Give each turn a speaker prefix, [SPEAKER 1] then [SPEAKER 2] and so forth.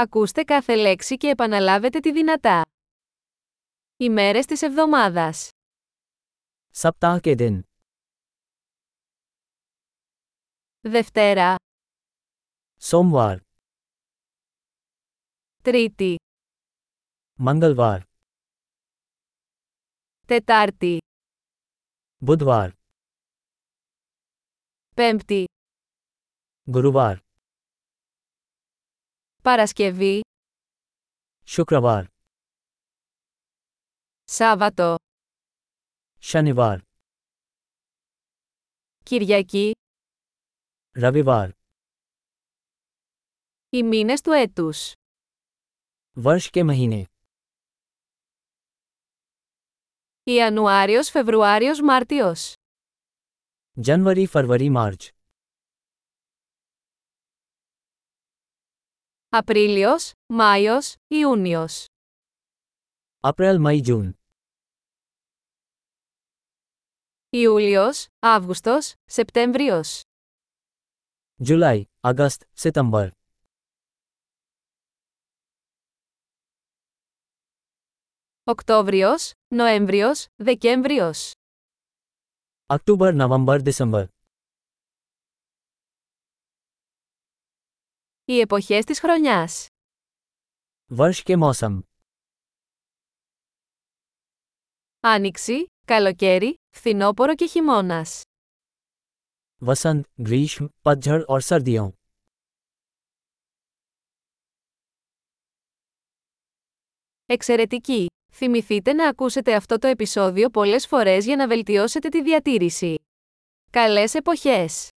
[SPEAKER 1] Ακούστε κάθε λέξη και επαναλάβετε τη δυνατά. Ημέρες της εβδομάδας.
[SPEAKER 2] सप्ताह के दिन
[SPEAKER 1] Δευτέρα,
[SPEAKER 2] सोमवार
[SPEAKER 1] Τρίτη,
[SPEAKER 2] मंगलवार
[SPEAKER 1] Τετάρτη,
[SPEAKER 2] बुधवार
[SPEAKER 1] Πέμπτη,
[SPEAKER 2] गुरुवार
[SPEAKER 1] Παρασκευή,
[SPEAKER 2] शुक्रवार
[SPEAKER 1] Σάββατο,
[SPEAKER 2] शनिवार
[SPEAKER 1] Κυριακή,
[SPEAKER 2] रविवार
[SPEAKER 1] οι μήνες του έτους.
[SPEAKER 2] वर्ष के महीने
[SPEAKER 1] Ιανουάριος, Φεβρουάριος, Μάρτιος.
[SPEAKER 2] जनवरी फरवरी मार्च
[SPEAKER 1] Απρίλιος, Μάιος, Ιούνιος.
[SPEAKER 2] अप्रैल मई जून
[SPEAKER 1] Ιούλιος, Αύγουστος, Σεπτέμβριος.
[SPEAKER 2] जुलाई अगस्त सितंबर
[SPEAKER 1] Οκτώβριος, Νοέμβριος, Δεκέμβριος.
[SPEAKER 2] अक्टूबर नवंबर दिसंबर
[SPEAKER 1] Οι εποχές της χρονιάς.
[SPEAKER 2] वर्ष के मौसम
[SPEAKER 1] Άνοιξη, καλοκαίρι, φθινόπωρο και χειμώνας.
[SPEAKER 2] वसंत ग्रीष्म पतझड़ और सर्दियों
[SPEAKER 1] Εξαιρετική! Θυμηθείτε να ακούσετε αυτό το επεισόδιο πολλές φορές για να βελτιώσετε τη διατήρηση. Καλές εποχές!